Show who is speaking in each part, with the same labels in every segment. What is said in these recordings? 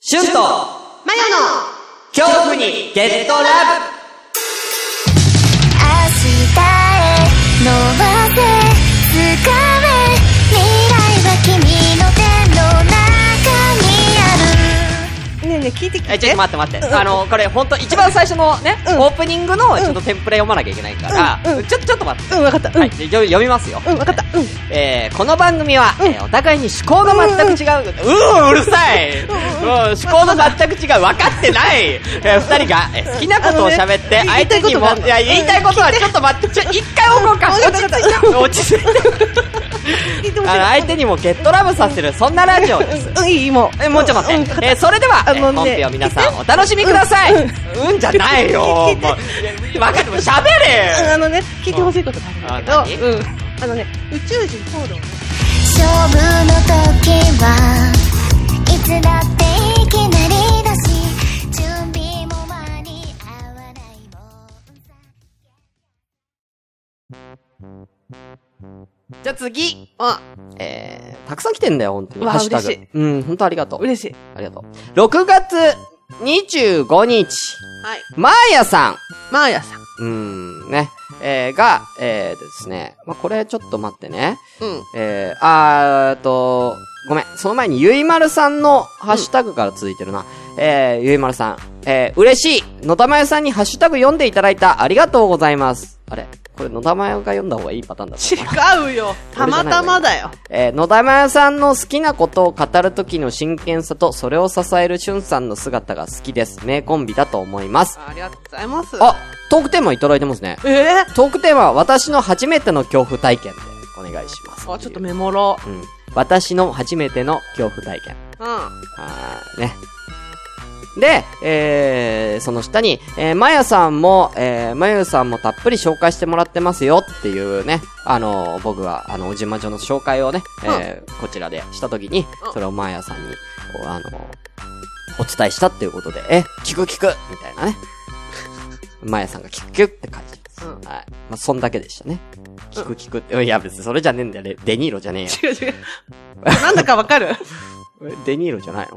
Speaker 1: シュンと
Speaker 2: マヨの
Speaker 1: 恐怖にゲットラブ
Speaker 3: 明日へ伸ばせ掴め未来は君の手の中にある
Speaker 2: ねえねえ聞いて聞い
Speaker 1: え
Speaker 2: て
Speaker 1: ちょっと待って待って、あのこれ本当一番最初のね、
Speaker 2: うん
Speaker 1: オープニングのちょっとテンプレ読まなきゃいけないから、
Speaker 2: うんうん
Speaker 1: ちょちょっと待って、
Speaker 2: うん分かったうん、
Speaker 1: はい、で読み読みますよ、
Speaker 2: うん分かったうん
Speaker 1: えーこの番組は、
Speaker 2: うん
Speaker 1: えーお互いに思考が全く違う、うーうるさい、うん、思考の全く違う分かってない、えー、2人が、えー好きなことを喋って
Speaker 2: あのね
Speaker 1: 相手にも
Speaker 2: 言いたいことがある
Speaker 1: いや言いたいことはちょっと待ってちょ一回置こうか、
Speaker 2: うん
Speaker 1: 落ち着いて落ち着
Speaker 2: 聞い
Speaker 1: い
Speaker 2: て
Speaker 1: て
Speaker 2: ほしい
Speaker 1: あの相手にもゲットラブさせるそんなラジオです
Speaker 2: うんいいいいもう
Speaker 1: えもうちょっと待
Speaker 2: うん
Speaker 1: って、えーそれでは、
Speaker 2: あ
Speaker 1: えー
Speaker 2: の
Speaker 1: 本
Speaker 2: ね
Speaker 1: 編を皆さんお楽しみください、うんじゃないよもう
Speaker 2: 聞いて
Speaker 1: 分かっても喋
Speaker 2: うん
Speaker 1: れ
Speaker 2: あのね聞いてほしいことがあるんだけど
Speaker 1: う
Speaker 2: うんあのね宇宙人コードをね
Speaker 3: 勝負の時はいつだっていきなりだし準備も間に合わないもんさ
Speaker 1: じゃあ次
Speaker 2: あ
Speaker 1: えー、たくさん来てんだよ、本当に。
Speaker 2: わあ
Speaker 1: ハッシュタグ
Speaker 2: 嬉しい。
Speaker 1: うん、本当ありがとう。
Speaker 2: 嬉しい
Speaker 1: ありがとう。6月25日、
Speaker 2: はい
Speaker 1: マーヤさ
Speaker 2: マーヤさん
Speaker 1: ん。うん、ね。えー、が、えー、ですね。まあ、これちょっと待ってね。
Speaker 2: うん
Speaker 1: えー、あーえーっと、ごめん。その前に、ゆいまるさんのハッシュタグから続いてるな。えー、ゆいまるさん。えー、嬉しい。のたまよさんにハッシュタグ読んでいただいた。ありがとうございます。あれこれ、のたまよが読んだ方がいいパターンだ。
Speaker 2: 違うよたまたまだよ
Speaker 1: えー野田真代さんの好きなことを語る時の真剣さと、それを支えるしゅんさんの姿が好きです。名コンビだと思います。
Speaker 2: ありがとうございます
Speaker 1: あ、トークテーマいただいてますね。
Speaker 2: ええ
Speaker 1: トークテーマは、私の初めての恐怖体験でお願いします。
Speaker 2: あちょっとメモろ
Speaker 1: うん。私の初めての恐怖体験。
Speaker 2: うう
Speaker 1: あーね。で、えー、その下に、えー、まやさんも、えー、まゆさんもたっぷり紹介してもらってますよっていうね、あのー僕は、あの、おじまじょの紹介をね、えーこちらでしたときに
Speaker 2: うん、
Speaker 1: それをまやさんに、こうあのーお伝えしたっていうことで、え、聞く聞くみたい なね。まやさんが聞く聞くって感じです。
Speaker 2: うん
Speaker 1: はい。まあ、そんだけでしたね。聞く聞くって、いや別にそれじゃねえんだよね。デニーロじゃねえよ。
Speaker 2: 違う違うなんだかわかる
Speaker 1: えデニーロじゃない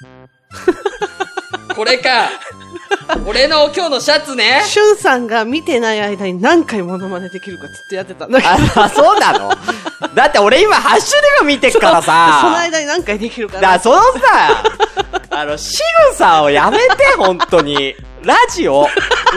Speaker 1: の これか俺の今日のシャツね
Speaker 2: しゅんさんが見てない間に何回モノマネできるかずっとやってたんだけど
Speaker 1: あ、 そうなのだって俺今ハッシュタグ見てっから
Speaker 2: その
Speaker 1: さ。
Speaker 2: 間に何回できる
Speaker 1: だ
Speaker 2: かな
Speaker 1: からそのさ、あの、仕草をやめて、本当に。ラジオ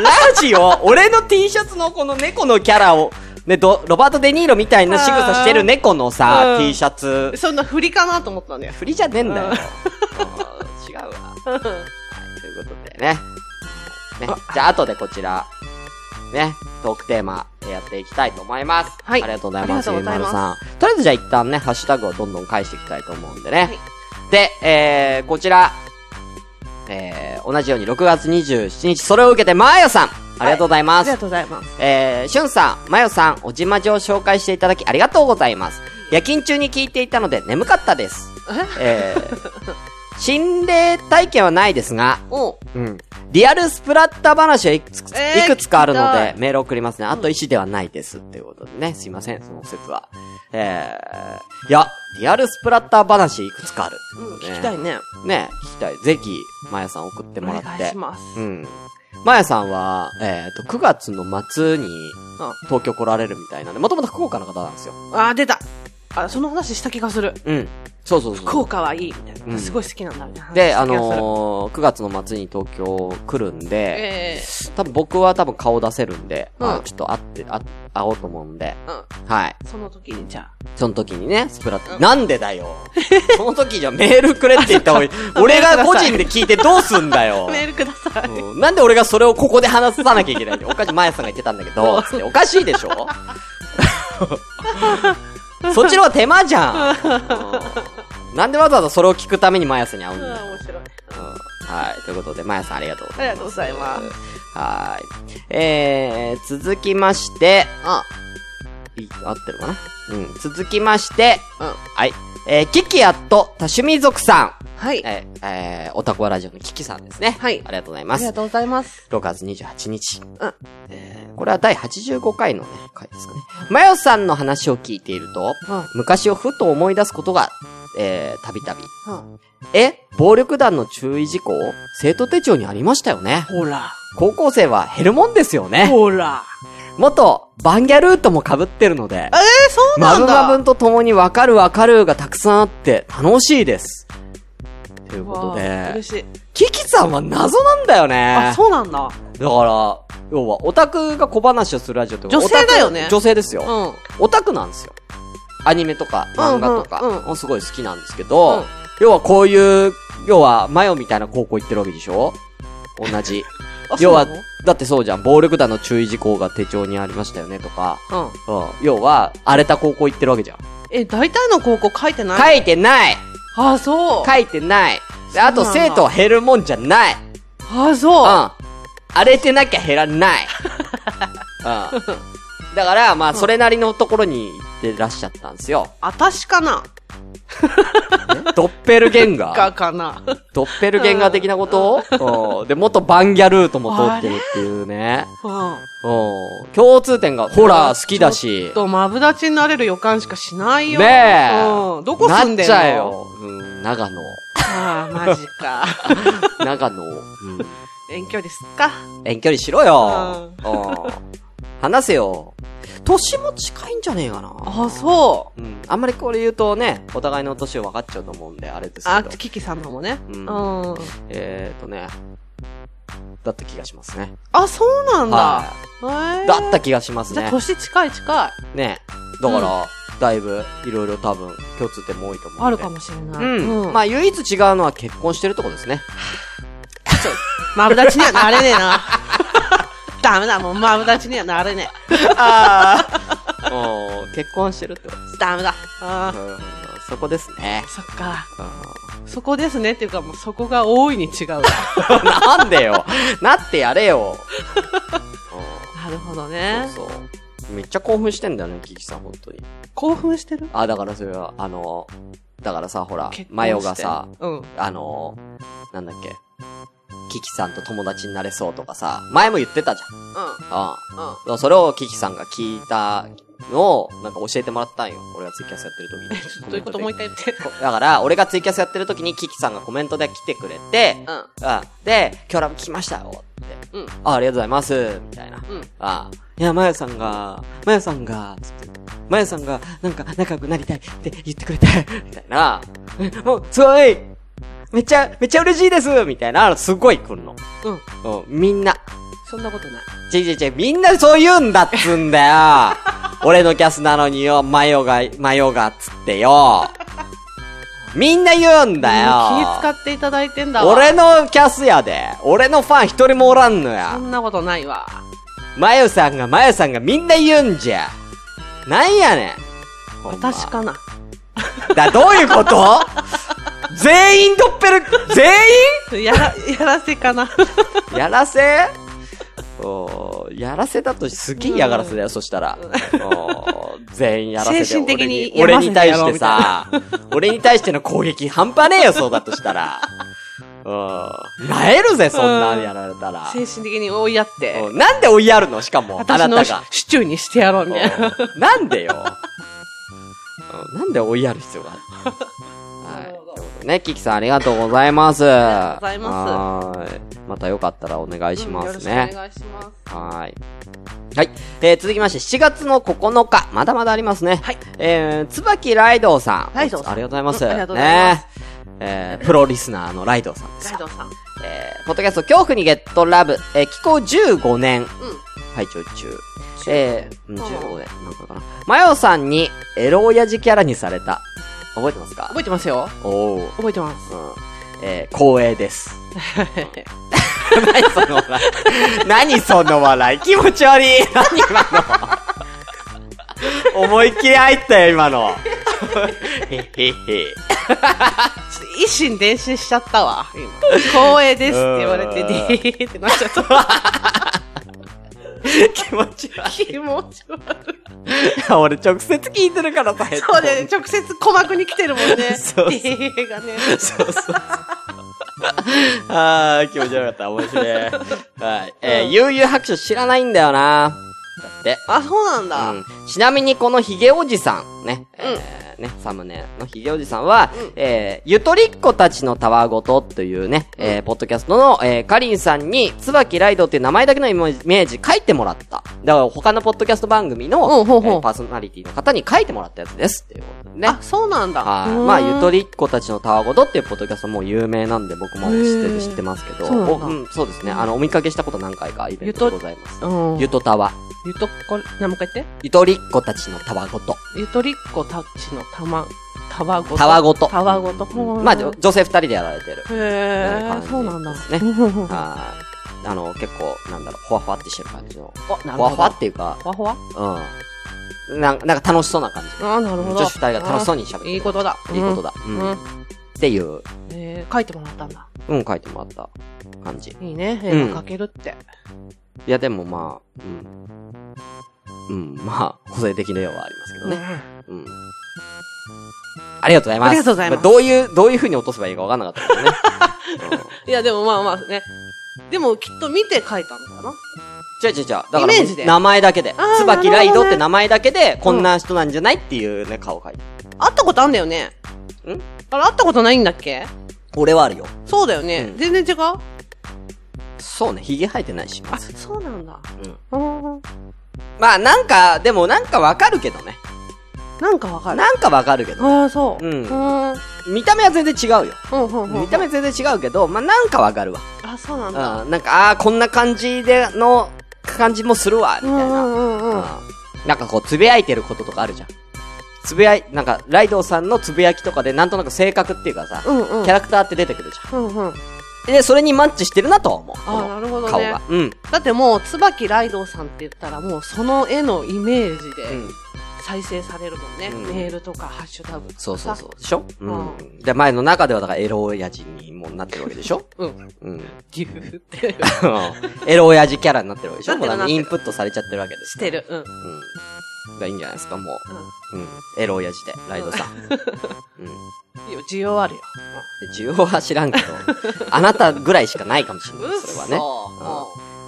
Speaker 1: ラジオ俺の T シャツのこの猫のキャラを、ね、どロバート・デ・ニーロみたいな仕草してる猫のさ
Speaker 2: あ、ーうん
Speaker 1: T シャツ。
Speaker 2: そんな振りかなと思ったんだよ
Speaker 1: 振りじゃねえんだよ。
Speaker 2: うん
Speaker 1: あー違うわ。ということでね。ね。じゃあ、後でこちら、ね、トークテーマえーやっていきたいと思います。
Speaker 2: はい
Speaker 1: ありがとうございます、
Speaker 2: あ
Speaker 1: ゆ
Speaker 2: り
Speaker 1: い
Speaker 2: がとう
Speaker 1: ま
Speaker 2: ござい
Speaker 1: る
Speaker 2: ます
Speaker 1: さん。とりあえずじゃあ一旦ね、ハッシュタグをどんどん返していきたいと思うんでね。
Speaker 2: はい
Speaker 1: で、えー、こちら、えー、同じように6月27日、それを受けて、まーやさんありがとうござい
Speaker 2: あ
Speaker 1: ま
Speaker 2: り
Speaker 1: す
Speaker 2: が。とうございます
Speaker 1: えー、しゅんさん、まよさん、おじまじを紹介していただきありがとうございます。夜勤中に聞いていたので眠かったです。えー、心霊体験はないですが、
Speaker 2: おう
Speaker 1: うん。リアルスプラッタ話はいくつ,、
Speaker 2: えー
Speaker 1: いくつかあるの
Speaker 2: 聞き
Speaker 1: で
Speaker 2: た、
Speaker 1: メール送りますね。あと石ではないです。っていうことでね。すいません、その説は。えー、いや、リアルスプラッタ話いくつかある。
Speaker 2: うん聞きたい
Speaker 1: ね。
Speaker 2: ね
Speaker 1: ね聞きたい。ぜひ、まやさん送って
Speaker 2: お
Speaker 1: もら
Speaker 2: 願
Speaker 1: っ
Speaker 2: い
Speaker 1: て
Speaker 2: し。ます
Speaker 1: うん。まやさんは、えっ、と、9月の末に東京来られるみたいなんで、もともと福岡の方なんですよ。
Speaker 2: あー出たあその話した気がする
Speaker 1: うん。そうそうそう。
Speaker 2: 福岡はいいみたいな、
Speaker 1: うん
Speaker 2: すごい好きなんだみたいな話
Speaker 1: で、
Speaker 2: した
Speaker 1: あ
Speaker 2: 気がする
Speaker 1: のー、9月の末に東京来るんで、
Speaker 2: え
Speaker 1: 多分僕は多分顔出せるんで、
Speaker 2: うん
Speaker 1: まあちょっと会って、あ会おうと思うんで、
Speaker 2: えうん
Speaker 1: はい。
Speaker 2: その時にじゃあ
Speaker 1: その時にね、スプラッタ、
Speaker 2: うん
Speaker 1: なんでだ よ。その時じゃメールくれって言った方がいい。俺が個人で聞いてどうすんだ よ。
Speaker 2: メールください、
Speaker 1: うんなんで俺がそれをここで話さなきゃいけないのおかしい、マヤさんが言ってたんだけど、つっておかしいでしょそっちの方が手間じゃん、うんなんでわざわざそれを聞くためにマヤさんに会うん
Speaker 2: うん、
Speaker 1: だよ、
Speaker 2: 面白い
Speaker 1: うんはい、ということで、マヤさんありがとうご
Speaker 2: あ
Speaker 1: ざい
Speaker 2: りが
Speaker 1: ま
Speaker 2: と
Speaker 1: す。
Speaker 2: うございます
Speaker 1: はい。えー、続きまして、
Speaker 2: あ
Speaker 1: いい合ってるかなうん。続きまして、
Speaker 2: うん
Speaker 1: はい。えー、キキアット多趣味族さん。
Speaker 2: はいあ
Speaker 1: えー、えー、オタクワラジオのキキさんですね。
Speaker 2: はい
Speaker 1: ありがとうございま
Speaker 2: り
Speaker 1: す
Speaker 2: が。とうございます
Speaker 1: 6月28日。
Speaker 2: うん
Speaker 1: えーこれは第85回のね、回ですかね。マヨさんの話を聞いていると、
Speaker 2: うん
Speaker 1: 昔をふと思い出すことが、えー、たびたび。
Speaker 2: うん
Speaker 1: え、暴力団の注意事項生徒手帳にありましたよね。
Speaker 2: ほら。
Speaker 1: 高校生は減るもんですよね。
Speaker 2: ほら。
Speaker 1: 元、バンギャルーとも被ってるので
Speaker 2: え、ー、そう
Speaker 1: マ
Speaker 2: な
Speaker 1: ブ
Speaker 2: んだ。
Speaker 1: マブンと共にわかるわかるがたくさんあって楽しいです。ということ
Speaker 2: わあ
Speaker 1: で
Speaker 2: 嬉、しい。
Speaker 1: キキさんは謎なんだよね
Speaker 2: あ、。そうなん
Speaker 1: だか
Speaker 2: だ。
Speaker 1: ら、要は、オタクが小話をするラジオって
Speaker 2: 女性だよね
Speaker 1: オタク女性ですよ。
Speaker 2: うん。
Speaker 1: オタクなんですよ。アニメとか漫画と
Speaker 2: うんうん
Speaker 1: か
Speaker 2: う
Speaker 1: もすごい好きなんですけど、
Speaker 2: うん
Speaker 1: 要はこういう、要は、マヨみたいな高校行ってるわけでしょ同じ。
Speaker 2: あ
Speaker 1: 要は
Speaker 2: そうなの、
Speaker 1: だってそうじゃん。暴力団の注意事項が手帳にありましたよねとか。
Speaker 2: うん。
Speaker 1: うん。要は、荒れた高校行ってるわけじゃん。
Speaker 2: え、大体の高校書いてない
Speaker 1: 書いてない
Speaker 2: あ、そう。
Speaker 1: 書いてないであと
Speaker 2: そうなんだ
Speaker 1: 生徒は減るもんじゃないうん。
Speaker 2: あ、そう。
Speaker 1: 荒れてなきゃ減らない うん。だから、まあ、それなりのところに行ってらっしゃったんですよ。
Speaker 2: あたしかな
Speaker 1: ドッペルゲンガー
Speaker 2: かかな。
Speaker 1: ドッペルゲンガー的なことをうんで、元バンギャルートも通ってるっていうね。
Speaker 2: う
Speaker 1: う
Speaker 2: ん。
Speaker 1: ん共通点が、ホラー好きだ
Speaker 2: ちょ
Speaker 1: し
Speaker 2: っ。とマブダチになれる予感しかしないよ。
Speaker 1: ねえ。
Speaker 2: うん。どこ住んでんの
Speaker 1: なっちゃえよ。うん、長野。
Speaker 2: ああ、マジか。
Speaker 1: 長野。うん
Speaker 2: 遠距離すっか。
Speaker 1: 遠距離しろよ。うん話せよ。年も近いんじゃねえかな。
Speaker 2: あ、そ
Speaker 1: うん。あんまりこれ言うとね、お互いの年を分かっちゃうと思うんで、あれで
Speaker 2: う。
Speaker 1: す
Speaker 2: あ、
Speaker 1: けど。
Speaker 2: キキさんのもね。
Speaker 1: う
Speaker 2: うんん。
Speaker 1: えーとね。だった気がしますね。
Speaker 2: あ、そうなんだ。
Speaker 1: は
Speaker 2: へえ
Speaker 1: い。だった気がします
Speaker 2: じゃ
Speaker 1: ね
Speaker 2: あ、。年近い近い。
Speaker 1: ねだから、だいぶ、いろいろ多分、共通点も多いと思うんで。
Speaker 2: あるかもしれない。
Speaker 1: うん。まあ、唯一違うのは結婚してるとこですね。
Speaker 2: マブダチにはなれね えな。ダメだ、もうマブダチにはなれねえ。
Speaker 1: うん結婚してるってことです。
Speaker 2: ダメだ。あー
Speaker 1: うんそこですね。
Speaker 2: そっか。
Speaker 1: う
Speaker 2: そこですねっていうか、もうそこが大 いに違うわ。
Speaker 1: んなんでよなってやれ よ
Speaker 2: なるほど
Speaker 1: う
Speaker 2: ね
Speaker 1: ん。そうそう。めっちゃ興奮してんだよね、キキさん、本当に。
Speaker 2: 興奮してる
Speaker 1: あ、だからそれは、あの、だからさ、ほら
Speaker 2: 結婚し、て
Speaker 1: マヨがさ、
Speaker 2: うん。
Speaker 1: あの、なんだっけ、キキさんと友達になれそうとかさ、前も言ってたじ
Speaker 2: う
Speaker 1: ゃん。うん。
Speaker 2: ん。うん。
Speaker 1: だからそれをキキさんが聞いたのを、なんか教えてもらったんよ。俺がツイキャスやってる時に。
Speaker 2: どういうこともう一回言って。
Speaker 1: こ だから、俺がツイキャスやってる時にキキさんがコメントで来てくれて、
Speaker 2: うん。
Speaker 1: あで、今日ラブ聞きましたよって。
Speaker 2: うん
Speaker 1: あ、ありがとうございます。みたいな。
Speaker 2: うん
Speaker 1: あいや、まゆさんが、まゆさんが、つってまゆさんが、なんか仲良くなりたいって言ってくれて、みたいな。もう、すごいめっちゃ、めっちゃ嬉しいですみたいな、すごい来んの。
Speaker 2: うん。
Speaker 1: うん、みんな。
Speaker 2: そんなことない。
Speaker 1: ちいちいちい、みんなそう言うんだっつんだ よ。俺のキャスなのによ、マヨが、マヨがっつってよ。みんな言うんだよ。
Speaker 2: 気使っていただいてんだわ。
Speaker 1: 俺のキャスやで。俺のファン一人もおらんの
Speaker 2: そ
Speaker 1: や。
Speaker 2: んなことないわ。
Speaker 1: マヨさんが、マヨさんがみんな言うんじゃ。なんやねん。ほんま
Speaker 2: 私かな。
Speaker 1: だ、どういうこと全員ドッペル、全
Speaker 2: やら、やらせかな。
Speaker 1: 員やらせおーやらせだとすげえ嫌がらせだよ、そしたら。おー全員やらせで
Speaker 2: 精神的に
Speaker 1: 俺
Speaker 2: やら
Speaker 1: に俺に
Speaker 2: せて
Speaker 1: 対
Speaker 2: やろ
Speaker 1: し
Speaker 2: う
Speaker 1: てさ、俺に対しての攻撃半端ねえよ、そうだとしたら。うん。なえるぜ、そんなんやられたら。
Speaker 2: 精神的に追いやって。
Speaker 1: うんなんで追いやるのしかも、あ
Speaker 2: 私
Speaker 1: な
Speaker 2: の
Speaker 1: た
Speaker 2: シ
Speaker 1: が。
Speaker 2: シチューにしてやろうみたいな。
Speaker 1: うんなんでよ。うんなんで追いやる必要があるはい。
Speaker 2: なる
Speaker 1: という
Speaker 2: ほど
Speaker 1: ことでね、キキさんありがとうございます。あ。
Speaker 2: りがとうございます
Speaker 1: はーい。またよかったらお願いします
Speaker 2: うんよろ
Speaker 1: ね
Speaker 2: しく。お願いします。
Speaker 1: はーい。はい。えー、続きまして、7月の9日。まだまだありますね。
Speaker 2: はい。
Speaker 1: えー、椿ライドウさん。
Speaker 2: ライドウさん
Speaker 1: ありがとうございます。
Speaker 2: うんありがとうございます
Speaker 1: ねえー、プロリスナーのライドウさんです
Speaker 2: ライ。ドウさん。うん。
Speaker 1: えー、ポッドキャスト恐怖にゲットラブ。えー、気候15年。拝聴中。えー、うん15年、なんかかな。マヨさんに、エロ親父キャラにされた。覚えてますか
Speaker 2: 覚えてますよ。
Speaker 1: おー。
Speaker 2: 覚えてます。
Speaker 1: うん。えー、光栄です。 何その笑い。 何その笑い。気持ち悪い。何今の。思いっきり入ったよ、今の。へへへ。
Speaker 2: ちょっと一心伝心しちゃったわ。今。 光栄ですって言われて、
Speaker 1: うん
Speaker 2: でーってなっちゃった。
Speaker 1: 気持ち悪
Speaker 2: 気持ち悪い。
Speaker 1: い。俺直接聞いてるからさ、ヘッドホ
Speaker 2: そ
Speaker 1: ン
Speaker 2: うだよね。直接鼓膜に来てるもんね。
Speaker 1: そうそう
Speaker 2: でーがね。
Speaker 1: そうそう そう。あー、気持ち悪かった。面白い。はい。えー、悠々白書知らないんだよな。だって。
Speaker 2: あ、そうなんだ。
Speaker 1: うん。ちなみにこのヒゲおじさん、ね。えーえーね、サムネのひげおじさんは、えーゆとりっ子たちのたわごとというね、えーポッドキャストの、えー、かりんさんに、椿ライドっていう名前だけのイメージ書いてもらった。だから他のポッドキャスト番組の、
Speaker 2: うんほうほう
Speaker 1: えーパーソナリティの方に書いてもらったやつです。っていうことでね。
Speaker 2: あ、そうなんだ。
Speaker 1: はいう
Speaker 2: ーん
Speaker 1: まあ、ゆとりっ子たちのたわごとっていうポッドキャストもう有名なんで、僕も知って
Speaker 2: へ
Speaker 1: る、
Speaker 2: ー
Speaker 1: 知ってますけど。
Speaker 2: そうなんだ
Speaker 1: おうん、そうですね。あの、お見かけしたこと何回かイベントでございます。
Speaker 2: うん。
Speaker 1: ゆとたわ。
Speaker 2: ゆとっこ、なもう一回言って。
Speaker 1: ゆとりっ子たちのたわごと。
Speaker 2: ゆとりっ子たちのたま、たわごと。
Speaker 1: たわごと
Speaker 2: たわごと。ほー
Speaker 1: まあ、じょ女性二人でやられてる。
Speaker 2: へ
Speaker 1: ね感
Speaker 2: ー、
Speaker 1: じ
Speaker 2: そうなんだ。
Speaker 1: ね
Speaker 2: うんうんうん
Speaker 1: あーあの、結構、なんだろう、ほわほわってしてる感じの。
Speaker 2: お、 なるほど。
Speaker 1: ほわほわっていうか、
Speaker 2: ほわほわ
Speaker 1: うん。なんか、なんか楽しそうな感じ。
Speaker 2: あーなるほ
Speaker 1: 女
Speaker 2: ど。
Speaker 1: 子二人が楽しそうに喋って
Speaker 2: あー
Speaker 1: る。
Speaker 2: いいことだ。
Speaker 1: いいことだ。う。
Speaker 2: うんん。うん。
Speaker 1: っていう、
Speaker 2: えー書いてもらったんだ。
Speaker 1: うん、書いてもらった感じ。
Speaker 2: いいね。
Speaker 1: うん
Speaker 2: 絵が描けるって。
Speaker 1: いや、でもまあ、うん。うん、まあ、個性的な要はありますけど
Speaker 2: うん
Speaker 1: ね。うん。ありがとうございます。
Speaker 2: ありがとうございます
Speaker 1: あどういう、どういう風に落とせばいいか分かんなかったけどね。
Speaker 2: いや、でもまあまあね。でもきっと見て書いたのかな。
Speaker 1: じゃじゃじゃだから
Speaker 2: イ
Speaker 1: も
Speaker 2: メージ
Speaker 1: う、
Speaker 2: で
Speaker 1: 名前だけで
Speaker 2: あー。
Speaker 1: 椿ライ
Speaker 2: なる
Speaker 1: ド
Speaker 2: ほ
Speaker 1: っ
Speaker 2: どね
Speaker 1: て名前だけで、こんな人なんじゃないっていうね、顔書いてる。
Speaker 2: 会ったことあんだよね。
Speaker 1: ん
Speaker 2: あれ会ったことないんだっけ
Speaker 1: 俺はあるよ。
Speaker 2: そうだよね。
Speaker 1: うん
Speaker 2: 全然違う
Speaker 1: そうね、髭生えてないし。
Speaker 2: あ、そうなんだ。
Speaker 1: うん
Speaker 2: うん。
Speaker 1: まあ、なんか、でもなんかわかるけどね。
Speaker 2: なんかわかる。
Speaker 1: なんかわかるけど。
Speaker 2: ああ、そう。
Speaker 1: うん
Speaker 2: うん。
Speaker 1: 見た目は全然違うよ。
Speaker 2: うんうんうん。
Speaker 1: 見た目全然違うけど、まあ、なんかわかるわ。
Speaker 2: あ、そうなんだ。
Speaker 1: うん、なんか、ああー、こんな感じで、の、感じもするわ、み
Speaker 2: う
Speaker 1: たい
Speaker 2: んう
Speaker 1: な。
Speaker 2: んうんうん。
Speaker 1: うんなんかこう、つぶやいてることとかあるじゃん。つぶやい、なんか、ライドウさんのつぶやきとかで、なんとなく性格っていうかさ、
Speaker 2: うんうん。
Speaker 1: キャラクターって出てくるじゃ
Speaker 2: うんうん。
Speaker 1: ん。で、それにマッチしてるなとは思う。
Speaker 2: ああ、なるほ
Speaker 1: この
Speaker 2: ど
Speaker 1: 顔
Speaker 2: ね
Speaker 1: が。。うん。
Speaker 2: だってもう、椿ライドウさんって言ったら、もうその絵のイメージ
Speaker 1: う
Speaker 2: で
Speaker 1: ん。
Speaker 2: 再生されるもんね。
Speaker 1: うん
Speaker 2: メールとかハッシュタグとか。
Speaker 1: そうそうそう。でしょうん
Speaker 2: う。
Speaker 1: で、前の中ではだからエロ親父にもなってるわけでしょ
Speaker 2: うん。
Speaker 1: うん。
Speaker 2: ギューって。
Speaker 1: エロ親父キャラになってるわけでしょ
Speaker 2: なって
Speaker 1: も
Speaker 2: る
Speaker 1: うだからイ
Speaker 2: なってる
Speaker 1: ンプットされちゃってるわけです。
Speaker 2: してる。うん。
Speaker 1: うん。だからいいんじゃないですか、もう。うん。エロ親父で、ライド さん。うん。
Speaker 2: いいよ、需要あるよ。
Speaker 1: で需要は知らんけど、あなたぐらいしかないかもしれない。それはね。
Speaker 2: そ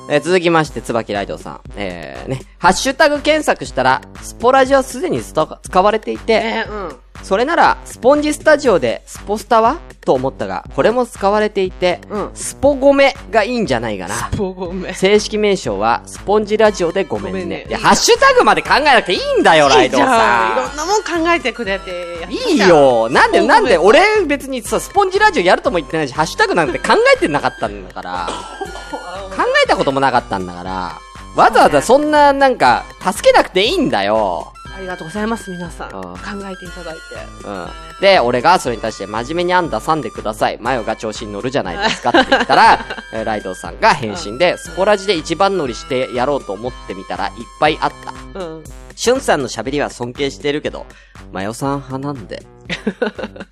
Speaker 1: えー続きまして、椿ライドさん。えー、ね、ハッシュタグ検索したら、スポラジはすでにスタ使われていて、
Speaker 2: えー、うん。
Speaker 1: それなら、スポンジスタジオでスポスタはと思ったが、これも使われていて、
Speaker 2: うん
Speaker 1: スポゴメがいいんじゃないかな。
Speaker 2: ごごめん。
Speaker 1: 正式名称は、スポンジラジオでごめんね。
Speaker 2: ごめんね
Speaker 1: いや、ハッシュタグまで考えなくていいんだよ、ライド
Speaker 2: いいじゃんい
Speaker 1: さ
Speaker 2: ろんなもん考えてくれて。
Speaker 1: ん。いい。よ。なんで、なんで、俺別にさ、スポンジラジオやるとも言ってないし、ハッシュタグなんて考えてなかったんだ から。考えたこともなかったんだから、わざわざそんな、なんか、助けなくていいんだよ。
Speaker 2: ありがとうございます、皆さん。
Speaker 1: あ
Speaker 2: 考えていただいて。
Speaker 1: うん。で、俺がそれに対して真面目にあんださんでください。マヨが調子に乗るじゃないですかって言った ら、えーライドウさんが返信で、スポラジで一番乗りしてやろうと思ってみたらいっぱいあった。
Speaker 2: うん。
Speaker 1: シュンさんの喋りは尊敬してるけど、マヨさん派なんで。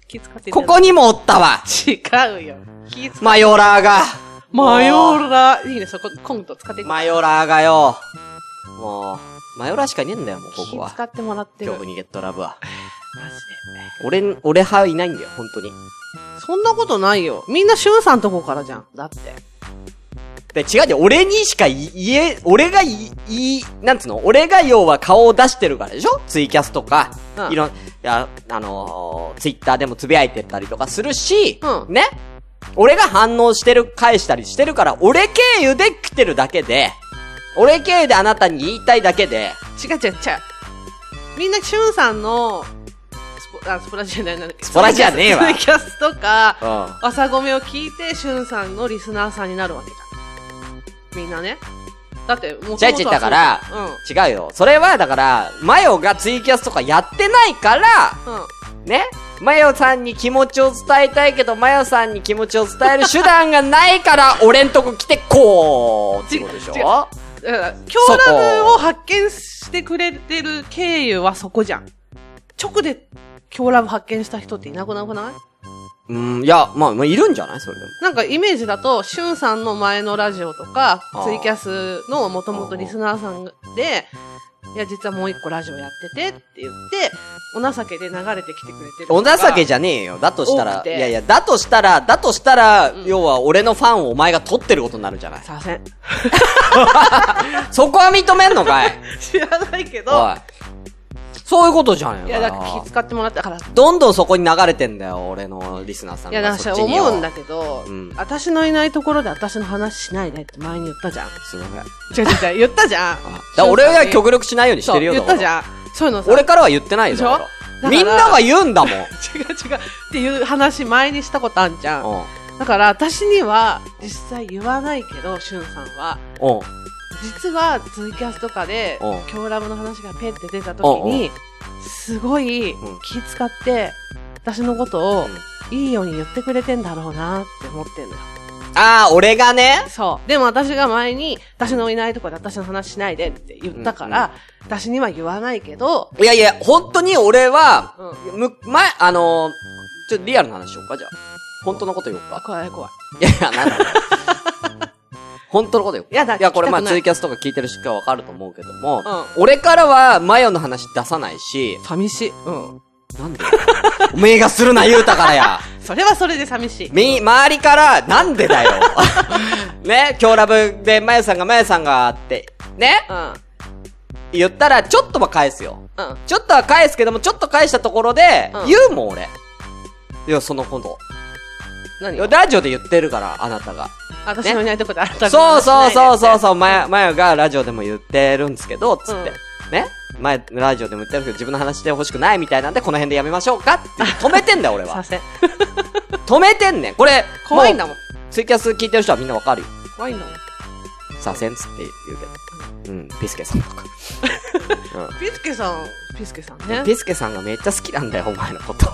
Speaker 2: 気遣っていた
Speaker 1: こ
Speaker 2: だ
Speaker 1: こにもおったわ
Speaker 2: いて違うよ。気遣っ
Speaker 1: マヨラーが
Speaker 2: マヨラ。いいね、そこ、コント使っていく
Speaker 1: マヨラーがよもう、マヨラーしかいねえんだよ、もうここ
Speaker 2: 気
Speaker 1: は
Speaker 2: 使。ってもらってる。
Speaker 1: 恐怖
Speaker 2: マジで。
Speaker 1: にゲットラブは。俺、俺派いないんだよ、本当に。
Speaker 2: そんなことないよ。みんなシュンさんとこからじゃん。だって。
Speaker 1: で、違うで、俺にしかい言え、俺がい、い、なんつうの俺が要は顔を出してるからでしょツイキャスとか、
Speaker 2: うん
Speaker 1: いろん、いや、あのーツイッターでもつぶやいてたりとかするし、
Speaker 2: うん
Speaker 1: ね俺が反応してる、返したりしてるから、俺経由で来てるだけで、俺経由であなたに言いたいだけで、
Speaker 2: 違う違う違う。みんなシュンさんの、スポ、あ、スポラジじゃないなんだっけ
Speaker 1: スポラジじゃねえわ
Speaker 2: ツイキャスとか、
Speaker 1: うん。
Speaker 2: 朝ごめを聞いて、しゅんさんのリスナーさんになるわけじゃん。みんなね。だって、もう
Speaker 1: じゃあ、だから
Speaker 2: うん。、
Speaker 1: 違うよ。それは、だから、マヨがツイキャスとかやってないから、
Speaker 2: うん。
Speaker 1: ね、マヨさんに気持ちを伝えたいけど、マヨさんに気持ちを伝える手段がない から、俺んとこ来てこうってことでし
Speaker 2: 違う違
Speaker 1: ょ
Speaker 2: だから、京ラブを発見してくれてる経由はそこじゃん。直で京ラブ発見した人っていなくなくない
Speaker 1: うん、いや、まあ、まあ、いるんじゃないそれでも。
Speaker 2: なんかイメージだと、しゅんさんの前のラジオとか
Speaker 1: あー、
Speaker 2: ツイキャスのもともとリスナーさんで、いや、実はもう一個ラジオやっててって言って、お情けで流れてきてくれてる
Speaker 1: お情け
Speaker 2: ゃ
Speaker 1: じゃねえよ。だとした
Speaker 2: 多
Speaker 1: ら
Speaker 2: く、
Speaker 1: い
Speaker 2: て
Speaker 1: やいや、だとしたら、だとしたら、
Speaker 2: ん
Speaker 1: 要は俺のファンをお前が取ってることになるじゃない
Speaker 2: すいません。
Speaker 1: そこは認めんのかい
Speaker 2: 知らないけど、
Speaker 1: おい。そういうことじゃんよ。
Speaker 2: いや、だから気使ってもらったから、
Speaker 1: どんどんそこに流れてんだよ、俺のリスナーさん
Speaker 2: い
Speaker 1: が。
Speaker 2: や、だ
Speaker 1: そ
Speaker 2: か
Speaker 1: っち
Speaker 2: ら
Speaker 1: に
Speaker 2: 思
Speaker 1: よ
Speaker 2: うんだけど、
Speaker 1: うん
Speaker 2: 私のいないところで私の話しないでって前に言ったじゃん。
Speaker 1: すいません。だか
Speaker 2: 違う違う違う、言ったじゃん。
Speaker 1: ら俺は極力しないようにし
Speaker 2: そう
Speaker 1: てるよ。
Speaker 2: 言ったじゃん。そういう
Speaker 1: だ
Speaker 2: のさ、
Speaker 1: から俺からは言ってないよ。
Speaker 2: でしょ
Speaker 1: だか
Speaker 2: だからら
Speaker 1: みんなが言うんだもん。
Speaker 2: 違う違うっていう話前にしたことあんじゃん。
Speaker 1: う
Speaker 2: だから私には実際言わないけど、しゅんさんは。
Speaker 1: ん。うん。
Speaker 2: 実はツイキャスとかで
Speaker 1: おう、
Speaker 2: 今日ラブの話がペって出た時に、すごい
Speaker 1: ん
Speaker 2: 気使って、私のことを
Speaker 1: うん
Speaker 2: いいように言ってくれてんだろうなって思ってんだよ。
Speaker 1: ああ、俺がね。
Speaker 2: そう。でも私が前に、私のいないとこで私の話しないでって言ったから、私には言わないけど、
Speaker 1: いやいや、本当に俺は、
Speaker 2: うん。
Speaker 1: む、前、あのー、ちょっとリアルな話しようか、じゃあ。本当のこと言おうか。
Speaker 2: 怖い怖い。
Speaker 1: いやいや、なんだろ う。本当のことよ。
Speaker 2: いやだ
Speaker 1: いや、これまあ
Speaker 2: 聞きたくな
Speaker 1: ツ
Speaker 2: い
Speaker 1: イキャスとか聞いてる人はわかると思うけども、
Speaker 2: う
Speaker 1: 俺からはマヨの話出さないし、
Speaker 2: 寂しい。うん。
Speaker 1: なんでおめえがするな言うたからや。
Speaker 2: それはそれで寂しい。
Speaker 1: み、周りから、なんでだ よ。ね、今日ラブでマヨさんがマヨさんがって、ね、
Speaker 2: うん。
Speaker 1: 言ったらちょっとは返すよ。
Speaker 2: うん。
Speaker 1: ちょっとは返すけども、ちょっと返したところで、
Speaker 2: うん
Speaker 1: 言うもん俺。いや、そのこと。
Speaker 2: 何
Speaker 1: いやラジオで言ってるから、あなたが。
Speaker 2: 私のいないとこであなた
Speaker 1: そうそうそうそう
Speaker 2: う。
Speaker 1: そう、まや、まやがラジオでも言ってるんですけど、つって。
Speaker 2: う
Speaker 1: ね前、ラジオでも言ってるけど、自分の話してほしくないみたいなんで、この辺でやめましょうかって止めてんだよ、俺
Speaker 2: さ
Speaker 1: は。
Speaker 2: せ。
Speaker 1: 止めてんねん。これ、
Speaker 2: 怖いんだもん
Speaker 1: う。。ツイキャス聞いてる人はみんなわかるよ。
Speaker 2: 怖いんだもん。
Speaker 1: 左遷っつって言うけど。うん、ピスケさんとか。
Speaker 2: ピスケさん、ピスケさんね。
Speaker 1: ピスケさんがめっちゃ好きなんだよ、お前の こと。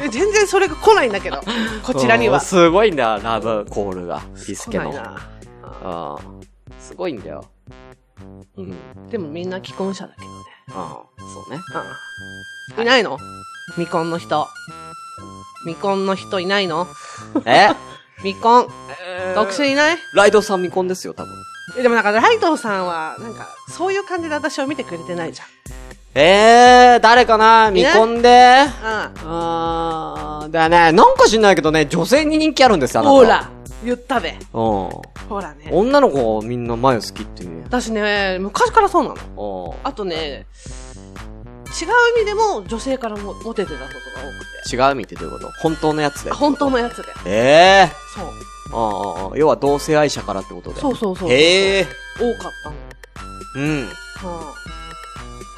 Speaker 2: え全然それが来ないんだけど、こちらに
Speaker 1: うん
Speaker 2: は。
Speaker 1: すごいんだよ、ラブコールが。ピスケの。。
Speaker 2: 来ないうなん
Speaker 1: すごいんだよ。うん。うん。
Speaker 2: でもみんな既婚者だけどね。
Speaker 1: そうね。
Speaker 2: うん。いないの未婚の人。未婚の人いないの
Speaker 1: え
Speaker 2: 未婚。独身いない
Speaker 1: ライドさん未婚ですよ、多分。
Speaker 2: えでもなんかライトさんは、なんか、そういう感じで私を見てくれてないじ
Speaker 1: えー、誰かな見込んで。
Speaker 2: ゃん。うん。
Speaker 1: あー、だね、なんか知んないけどね、女性に人気あるんですよ、あなた。
Speaker 2: ほら、言ったべ。
Speaker 1: う
Speaker 2: ほら
Speaker 1: ん。
Speaker 2: ね。
Speaker 1: 女の子みんな眉好きっていうね。
Speaker 2: 私ね、昔からそうなの。
Speaker 1: うん。
Speaker 2: あとね、違う意味でも女性からもモテてたことが多く
Speaker 1: 違
Speaker 2: て。
Speaker 1: う意味ってどういうこと本当のやつで
Speaker 2: あ。本当のやつで。
Speaker 1: え
Speaker 2: そう。
Speaker 1: ー。ああ、要は同性愛者からってことで。
Speaker 2: そうそうそう。
Speaker 1: へえ。
Speaker 2: 多かった
Speaker 1: うん。
Speaker 2: の。は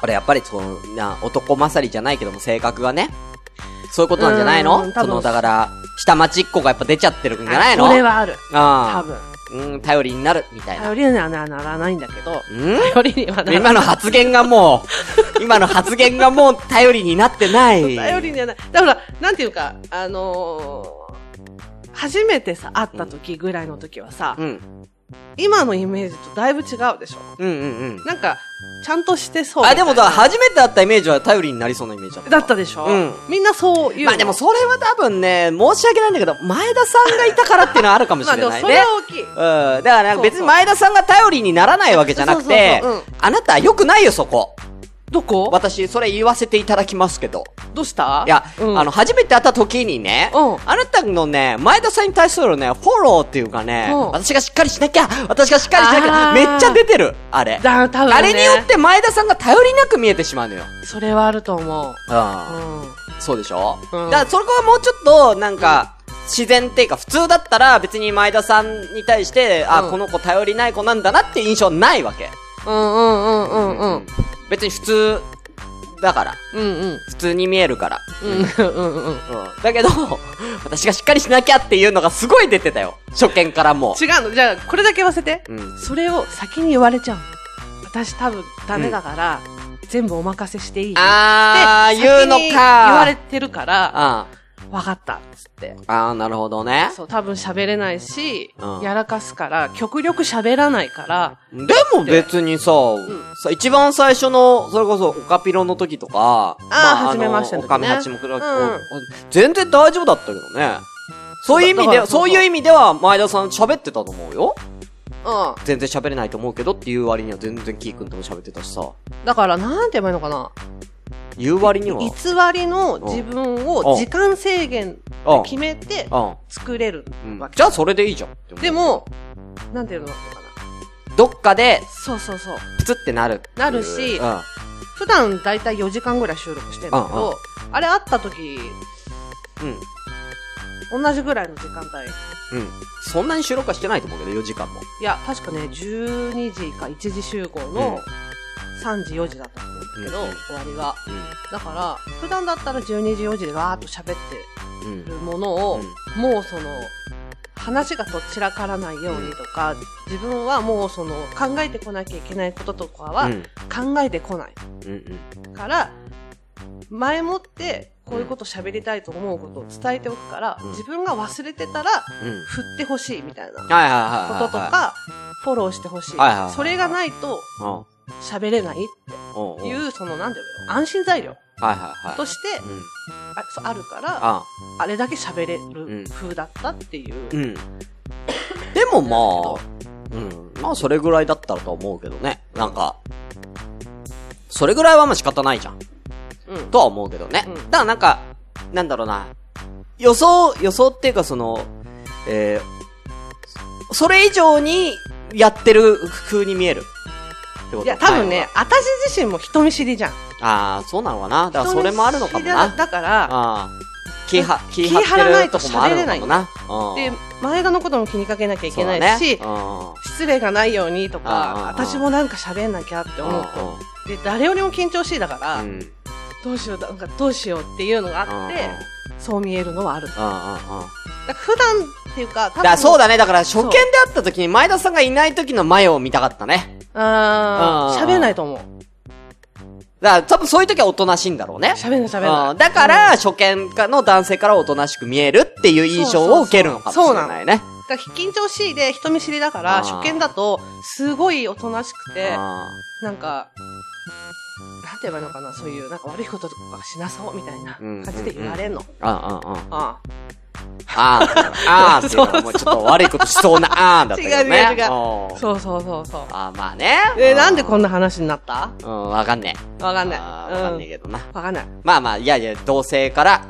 Speaker 1: これやっぱりその、な、男勝りじゃないけども性格がね。そういうことなんじゃないうの
Speaker 2: ん多
Speaker 1: そ
Speaker 2: 分
Speaker 1: の、だから、下町っ子がやっぱ出ちゃってるんじゃないの
Speaker 2: それはある。多
Speaker 1: あ
Speaker 2: 分。
Speaker 1: あ。うん、頼りになる、みたいな。
Speaker 2: 頼りにはならないんだけど、
Speaker 1: うん
Speaker 2: 頼りにはならな
Speaker 1: 今
Speaker 2: い。
Speaker 1: の発言がもう、今の発言がもう頼りになって ない。
Speaker 2: 頼りにはない。だから、なんていうか、あのー初めてさ、会った時ぐらいの時はさ、
Speaker 1: うん。
Speaker 2: 今のイメージとだいぶ違うでしょ。
Speaker 1: うんうんうん。
Speaker 2: なんか、ちゃんとしてそうみた
Speaker 1: あ、
Speaker 2: いな。
Speaker 1: でもだ、初めて会ったイメージは頼りになりそうなイメージだった。
Speaker 2: だったでしょ、
Speaker 1: うん
Speaker 2: みんなそう言うの。
Speaker 1: まあでもそれは多分ね、申し訳ないんだけど、前田さんがいたからっていうのはあるかもし
Speaker 2: まあ
Speaker 1: れ
Speaker 2: でも
Speaker 1: ない
Speaker 2: それ
Speaker 1: ね。
Speaker 2: は大きい。
Speaker 1: うん。だからなんか別
Speaker 2: そうそ
Speaker 1: に
Speaker 2: う
Speaker 1: 前田さんが頼りにならないわけじゃなくて
Speaker 2: そうそうそう、
Speaker 1: あなた良くないよ、そこ。
Speaker 2: どこ
Speaker 1: 私、それ言わせていただきますけど。
Speaker 2: どうした
Speaker 1: いや、
Speaker 2: うん
Speaker 1: あの、初めて会った時にね、
Speaker 2: うん
Speaker 1: あなたのね、前田さんに対するね、フォローっていうかね、
Speaker 2: うん
Speaker 1: 私がしっかりしなきゃ、私がしっかりしなきゃ、
Speaker 2: あー
Speaker 1: めっちゃ出てる、あれ。
Speaker 2: だ、多分、ね。
Speaker 1: あれによって前田さんが頼りなく見えてしまうのよ。
Speaker 2: て。それはあると思う。う。
Speaker 1: うんん。そうでしょ、
Speaker 2: うん
Speaker 1: だからそこはもうちょっと、なんか、自然っていうか、普通だったら別に前田さんに対して、あ、
Speaker 2: うん
Speaker 1: この子頼りない子なんだなっていう印象ないわけ。
Speaker 2: うんうんうんうんうん。
Speaker 1: 別に普通だから。
Speaker 2: うんうん。
Speaker 1: 普通に見えるから。
Speaker 2: うんうんうん。
Speaker 1: うんだけど、 私がしっかりしなきゃっていうのがすごい出てたよ。初見からも
Speaker 2: 違うの。じゃあ、これだけ言わせて。
Speaker 1: うん
Speaker 2: それを先に言われちゃうの。私多分ダメだから、全部お任せしていい
Speaker 1: あー、
Speaker 2: で
Speaker 1: 言うの
Speaker 2: 先に言
Speaker 1: か。
Speaker 2: われてるから、
Speaker 1: あ
Speaker 2: わかった。っつって。
Speaker 1: ああー、なるほどね。
Speaker 2: そう、多分喋れないし、
Speaker 1: うん
Speaker 2: やらかすから、極力喋らないから、
Speaker 1: でも別にさ、
Speaker 2: ん
Speaker 1: さ一番最初の、それこそ、オカピロの時とか、
Speaker 2: ー初めまして
Speaker 1: の
Speaker 2: の
Speaker 1: 時、ね。オ
Speaker 2: 時ね
Speaker 1: カミハチモクロ、
Speaker 2: うん
Speaker 1: お全然大丈夫だったけどね。そういう意味
Speaker 2: だ
Speaker 1: で
Speaker 2: か
Speaker 1: は、
Speaker 2: らそう
Speaker 1: そういう意味では、前田さん喋ってたと思うよ。
Speaker 2: う
Speaker 1: 全然喋れないと思うけどっていう割には全然キー君とも喋ってたしさ。
Speaker 2: ん。だから、なんて言えばいいのかな。
Speaker 1: 言う割には。うん。
Speaker 2: 偽りの自分を時間制限で決めて作れる
Speaker 1: うん
Speaker 2: わけ。
Speaker 1: じゃあそれでいいじゃんって思う。
Speaker 2: でも、なんて言うのかな。
Speaker 1: どっかで、
Speaker 2: そうそうそう。
Speaker 1: プツってなるっていう。
Speaker 2: なるし
Speaker 1: うん。
Speaker 2: 普段だいたい4時間ぐらい収録してるんだけど、あれ会った時、
Speaker 1: うん。
Speaker 2: 同じぐらいの時間帯。
Speaker 1: うん。そんなに収録はしてないと思うけど、4時間も。
Speaker 2: いや、確かね、12時か1時集合の3時、4時だったんだけど、
Speaker 1: うん
Speaker 2: 終わりが。
Speaker 1: う
Speaker 2: だから、普段だったら12時、4時でわーっと喋っ
Speaker 1: ん。う
Speaker 2: てる
Speaker 1: ん。
Speaker 2: ものを、
Speaker 1: うん
Speaker 2: もうその、話がどちらからないようにとか、自分はもうその、考えてこなきゃいけないこととかは
Speaker 1: う、ん。
Speaker 2: 考えてこない。
Speaker 1: うん。うん。
Speaker 2: から、前もって、こういうこと喋りたいと思うことを伝えておくから、
Speaker 1: うん
Speaker 2: 自分が忘れてたら、
Speaker 1: うん。
Speaker 2: 振ってほしいみたいなこ
Speaker 1: はいはいはいはい。
Speaker 2: ととか、フォローしてほしい
Speaker 1: はいはいはいは。い
Speaker 2: それがないと
Speaker 1: うん。
Speaker 2: 喋れないっ
Speaker 1: おうお。
Speaker 2: ていうう、その、なんていうの、安心材料
Speaker 1: はいはいはい。
Speaker 2: として
Speaker 1: うん。
Speaker 2: あそうあるから、
Speaker 1: あ、
Speaker 2: あれだけ喋れ
Speaker 1: うん
Speaker 2: る風だったっていう。
Speaker 1: うん。でもまあ、うん。まあ、それぐらいだったらと思うけどね。なんか、それぐらいはまあ仕方ないじゃん。
Speaker 2: うん。
Speaker 1: とは思うけどね。
Speaker 2: うん
Speaker 1: だからなんか、なんだろうな。予想、予想っていうかその、えー、それ以上にやってる風に見える。ってこと
Speaker 2: いや、多分ね。、私自身も人見知りじゃん。
Speaker 1: ああ、そうなのかな。だからそれもあるのかも
Speaker 2: 人見知りだ
Speaker 1: な。
Speaker 2: だから、
Speaker 1: ああ。気は、気
Speaker 2: 気
Speaker 1: 張
Speaker 2: 張ら
Speaker 1: っ
Speaker 2: な
Speaker 1: て
Speaker 2: い
Speaker 1: る
Speaker 2: と
Speaker 1: とこもあるのかもな。
Speaker 2: で、前田のことも気にかけなきゃい
Speaker 1: い
Speaker 2: けないし、
Speaker 1: うん。
Speaker 2: 失礼がないようにと
Speaker 1: うんうんうん
Speaker 2: か、私もなんか喋んなきゃって思うと。で、誰よりも緊張しいだから、
Speaker 1: うん。
Speaker 2: どうしよう、なんかどうしようっていうのがあって、そう見えるのはある。だか
Speaker 1: うんうんうん。
Speaker 2: ら普段っていうか、多
Speaker 1: だからそう
Speaker 2: だ。
Speaker 1: だね。だから初見で会った時に前田さんがいない時の前を見たかったね。
Speaker 2: あー
Speaker 1: うんうんうん
Speaker 2: 喋んないと思う。
Speaker 1: だから多分そういう時はおとなしいんだろうね。
Speaker 2: 喋んない喋ん
Speaker 1: う
Speaker 2: なんい。
Speaker 1: だから、初見かの男性からおとなしく見えるっていう印象を受けるのかもしれないね。
Speaker 2: うん、だから緊張しいで人見知りだか
Speaker 1: あ
Speaker 2: ら、
Speaker 1: ー
Speaker 2: 初見だと、すごいおとなしくて、
Speaker 1: あ
Speaker 2: なんか、なんて言えばいいのかな、そういう、なんか悪いこととかしなそうみたいな感じで言われんの。
Speaker 1: あ、ああ、ああ、
Speaker 2: あ
Speaker 1: ああ、ああっていうのはもうちょっと悪いことしそうなああだったけどね。
Speaker 2: 違う違う違う
Speaker 1: お
Speaker 2: あ。
Speaker 1: う
Speaker 2: そうそうそうそう。
Speaker 1: ああ、まあね。
Speaker 2: えー、なんでこん
Speaker 1: な。
Speaker 2: な話になった
Speaker 1: うん、わかんね
Speaker 2: わ
Speaker 1: え。
Speaker 2: かんない。
Speaker 1: ああわかんねえけ
Speaker 2: うん
Speaker 1: どな。
Speaker 2: わかんない。
Speaker 1: まあまあ、いやいや、同性から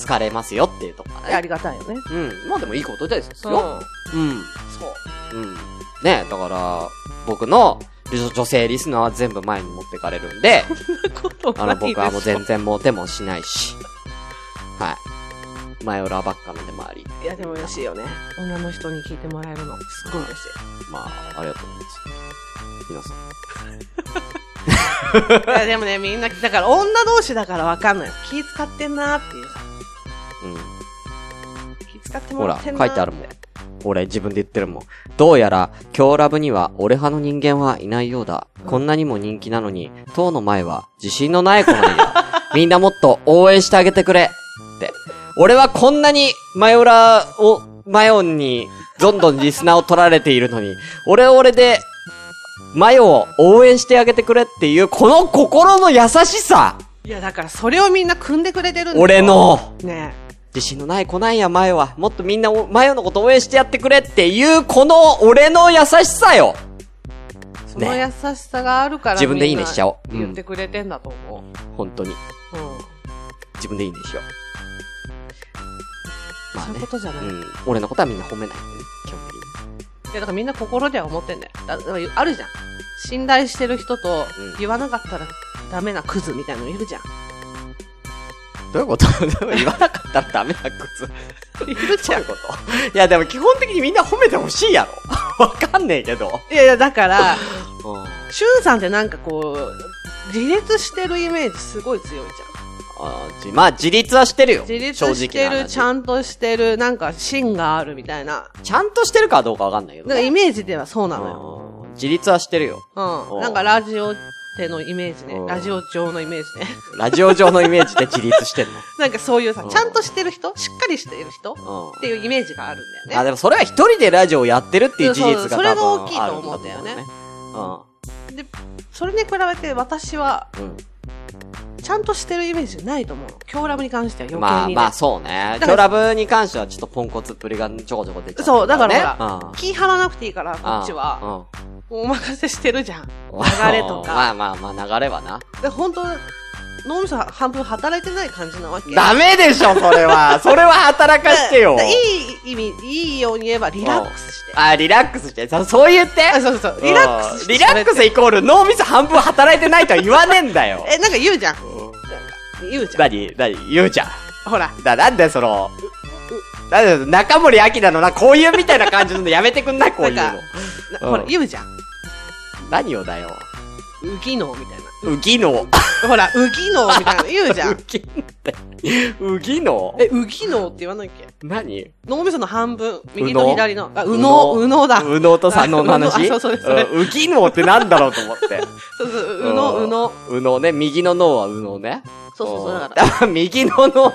Speaker 1: 好かれますよっていうとこだね
Speaker 2: ありがたいよね。
Speaker 1: うん。まあでもいいことです
Speaker 2: そう。
Speaker 1: よ。うん。うん。ねえ、だから、僕の女女性リスナーは全部前に持ってかれるん で、
Speaker 2: そう。
Speaker 1: あの、僕はもう全然モテもしないし。はい。前裏ばっかのでもあり。
Speaker 2: いや、でも嬉しいよね。女の人に聞いてもらえるの。すごい嬉しい。
Speaker 1: まあ、ありがとうございます。皆さん。
Speaker 2: いや、でもね、みんな、だから女同士だからわかんない。気使ってんなーっていうさ。
Speaker 1: うん。
Speaker 2: 気使って
Speaker 1: ほ
Speaker 2: もら
Speaker 1: ら、
Speaker 2: って
Speaker 1: 書
Speaker 2: ん
Speaker 1: い
Speaker 2: なーって
Speaker 1: てあるもん。俺、自分で言ってるもん。どうやら、今日ラブには、俺派の人間はいないようだ。こんなにも人気なのに、当の前は、自信のない子なんよ。みんなもっと応援してあげてくれ。って。俺はこんなに、マヨラを、マヨンに、どんどんリスナーを取られているのに、俺は俺で、マヨを応援してあげてくれっていう、この心の優しさ
Speaker 2: いや、だからそれをみんな組んでくれてるんだよ
Speaker 1: 俺。の
Speaker 2: ね
Speaker 1: 自信のない子なんや、マヨは。もっとみんなお、マヨのこと応援してやってくれっていう、この俺の優しさよ
Speaker 2: その優しさがあるから、
Speaker 1: 自分でいいねしちゃおう
Speaker 2: みんな言ってくれてんだと思
Speaker 1: 本当に。
Speaker 2: う。うん。
Speaker 1: 自分でいいんでしょ。まあ
Speaker 2: そう
Speaker 1: ね
Speaker 2: いうことじゃな
Speaker 1: う
Speaker 2: い。い
Speaker 1: ん。俺のことはみんな褒めない。基本的に。
Speaker 2: や、だからみんな心では思ってんだよ。だだからあるじゃん。信頼してる人と
Speaker 1: うん、
Speaker 2: 言わなかったらダメなクズみたいなのいるじゃん。
Speaker 1: どういうことでも言わなかったらダメな靴。
Speaker 2: いるじ
Speaker 1: どう
Speaker 2: ゃ
Speaker 1: い
Speaker 2: ん
Speaker 1: う。こといや、でも基本的にみんな褒めてほしいやろ。 わかんねえけど。
Speaker 2: いやいや、だ から、
Speaker 1: うん。あ
Speaker 2: シュンさんってなんかこう、自立してるイメージすごい強いじゃん。
Speaker 1: ーじまあ、自立はしてるよ。
Speaker 2: 自立して
Speaker 1: 正直な
Speaker 2: る、
Speaker 1: 話
Speaker 2: ちゃんとしてる、なんか芯があるみたいな。
Speaker 1: ちゃんとしてるかどうかわかんないけど、
Speaker 2: なんかイ
Speaker 1: ね。
Speaker 2: メージではそうなのよ。
Speaker 1: うん自立はしてるよ。
Speaker 2: う。
Speaker 1: うんん
Speaker 2: なんかラジオでのイメージ
Speaker 1: う
Speaker 2: ね
Speaker 1: ん。
Speaker 2: ラジオ上のイメージね。
Speaker 1: ラジオ上のイメージで自立してんの。
Speaker 2: なんかそういうさ
Speaker 1: う、ん
Speaker 2: ちゃんとしてる人しっかりしている人っ
Speaker 1: うん
Speaker 2: ていうイメージがあるん
Speaker 1: あ、
Speaker 2: だよね。
Speaker 1: でもそれは一人でラジオをやってるっていう事実が
Speaker 2: そうそうそれが
Speaker 1: 多
Speaker 2: 大き
Speaker 1: 分
Speaker 2: い
Speaker 1: あ
Speaker 2: と
Speaker 1: るんだと
Speaker 2: 思
Speaker 1: 思
Speaker 2: う
Speaker 1: うんんだ
Speaker 2: だよ
Speaker 1: よ
Speaker 2: ね
Speaker 1: ね。
Speaker 2: で、それに比べて私は、
Speaker 1: うん。うん。
Speaker 2: ちゃんとしてるイメージないと思うの。京ラブに関しては余
Speaker 1: ま
Speaker 2: 計
Speaker 1: あ
Speaker 2: にね。
Speaker 1: まあそうね。今
Speaker 2: だか
Speaker 1: 日
Speaker 2: ら
Speaker 1: ラブに関してはちょっとポンコツっぷりがちょこちょこ出ちゃう、
Speaker 2: そう、だから
Speaker 1: ね
Speaker 2: ほら、気張らなくていいから、こっちは。
Speaker 1: は。
Speaker 2: お任せしてるじゃん。
Speaker 1: 流
Speaker 2: 流れとか
Speaker 1: まあまあまあ流れはな。
Speaker 2: で、本当脳みそ半分働いてない感じなわけ。
Speaker 1: ダメでしょ、それ は。それは働かしてよ
Speaker 2: だ。いい意味、いいように言えばリラックスして。
Speaker 1: あ、リラックスして。そそう言って。
Speaker 2: あ、そうそうそう。リラックスして。
Speaker 1: リラックスイコール脳みそ半分働いてないとは言わねえんだよ。
Speaker 2: え、なんか言うじゃん。言うじゃん。
Speaker 1: 何何言うじゃん。
Speaker 2: ほら。
Speaker 1: だ、なんでその、なんだよ中森明菜のな、こういうみたいな感じのやめてくんないこういうの
Speaker 2: なん。かなほら、
Speaker 1: うん
Speaker 2: 言うじゃん。
Speaker 1: 何をだよ。
Speaker 2: ウギノみたいな。
Speaker 1: うぎの。
Speaker 2: ほら、ウギノみたいなの言 うじゃん
Speaker 1: う。ぎのって。うぎの
Speaker 2: え、ウギノって言わないっけ
Speaker 1: 何
Speaker 2: 脳みその半分、右
Speaker 1: う
Speaker 2: と
Speaker 1: の
Speaker 2: 左の。あ、うの、うのだ。
Speaker 1: うのとさんの話
Speaker 2: う のあそうそうそれ
Speaker 1: んうぎのってなんだろうと思 って。
Speaker 2: そうそう、うの、うの。。
Speaker 1: うのね。右の脳はうのね。
Speaker 2: そうそうそう、だから。
Speaker 1: ら。右の脳と、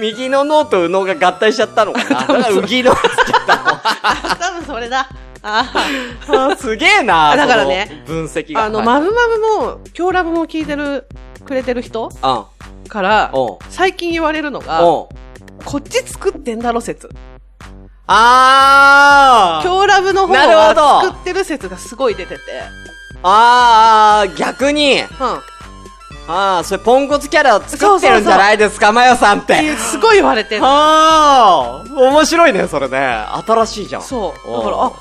Speaker 1: 右の脳と右脳が合体しちゃったのか な。だから右の脳っつっちゃったの。
Speaker 2: 多分それだ。あー
Speaker 1: あーすげえ な
Speaker 2: だからね。
Speaker 1: その分析が。
Speaker 2: あの、
Speaker 1: はい
Speaker 2: まぶまぶも、今日ラブも聞いてる、くれてる人
Speaker 1: うん。
Speaker 2: から、
Speaker 1: おう
Speaker 2: 最近言われるのが、
Speaker 1: おう
Speaker 2: こっち作ってんだろ説。
Speaker 1: あー
Speaker 2: 今日ラブの方
Speaker 1: なるほ
Speaker 2: は
Speaker 1: ど
Speaker 2: 作ってる説がすごい出てて。
Speaker 1: あー、逆に、
Speaker 2: うん。っ
Speaker 1: あー、それポンコツキャラを作ってるんじゃないですか、マヨさんって
Speaker 2: いう、
Speaker 1: て。
Speaker 2: すごい言われてんの
Speaker 1: あー、面白いね、それね。新しいじゃん。
Speaker 2: そう。
Speaker 1: お
Speaker 2: だから、あ、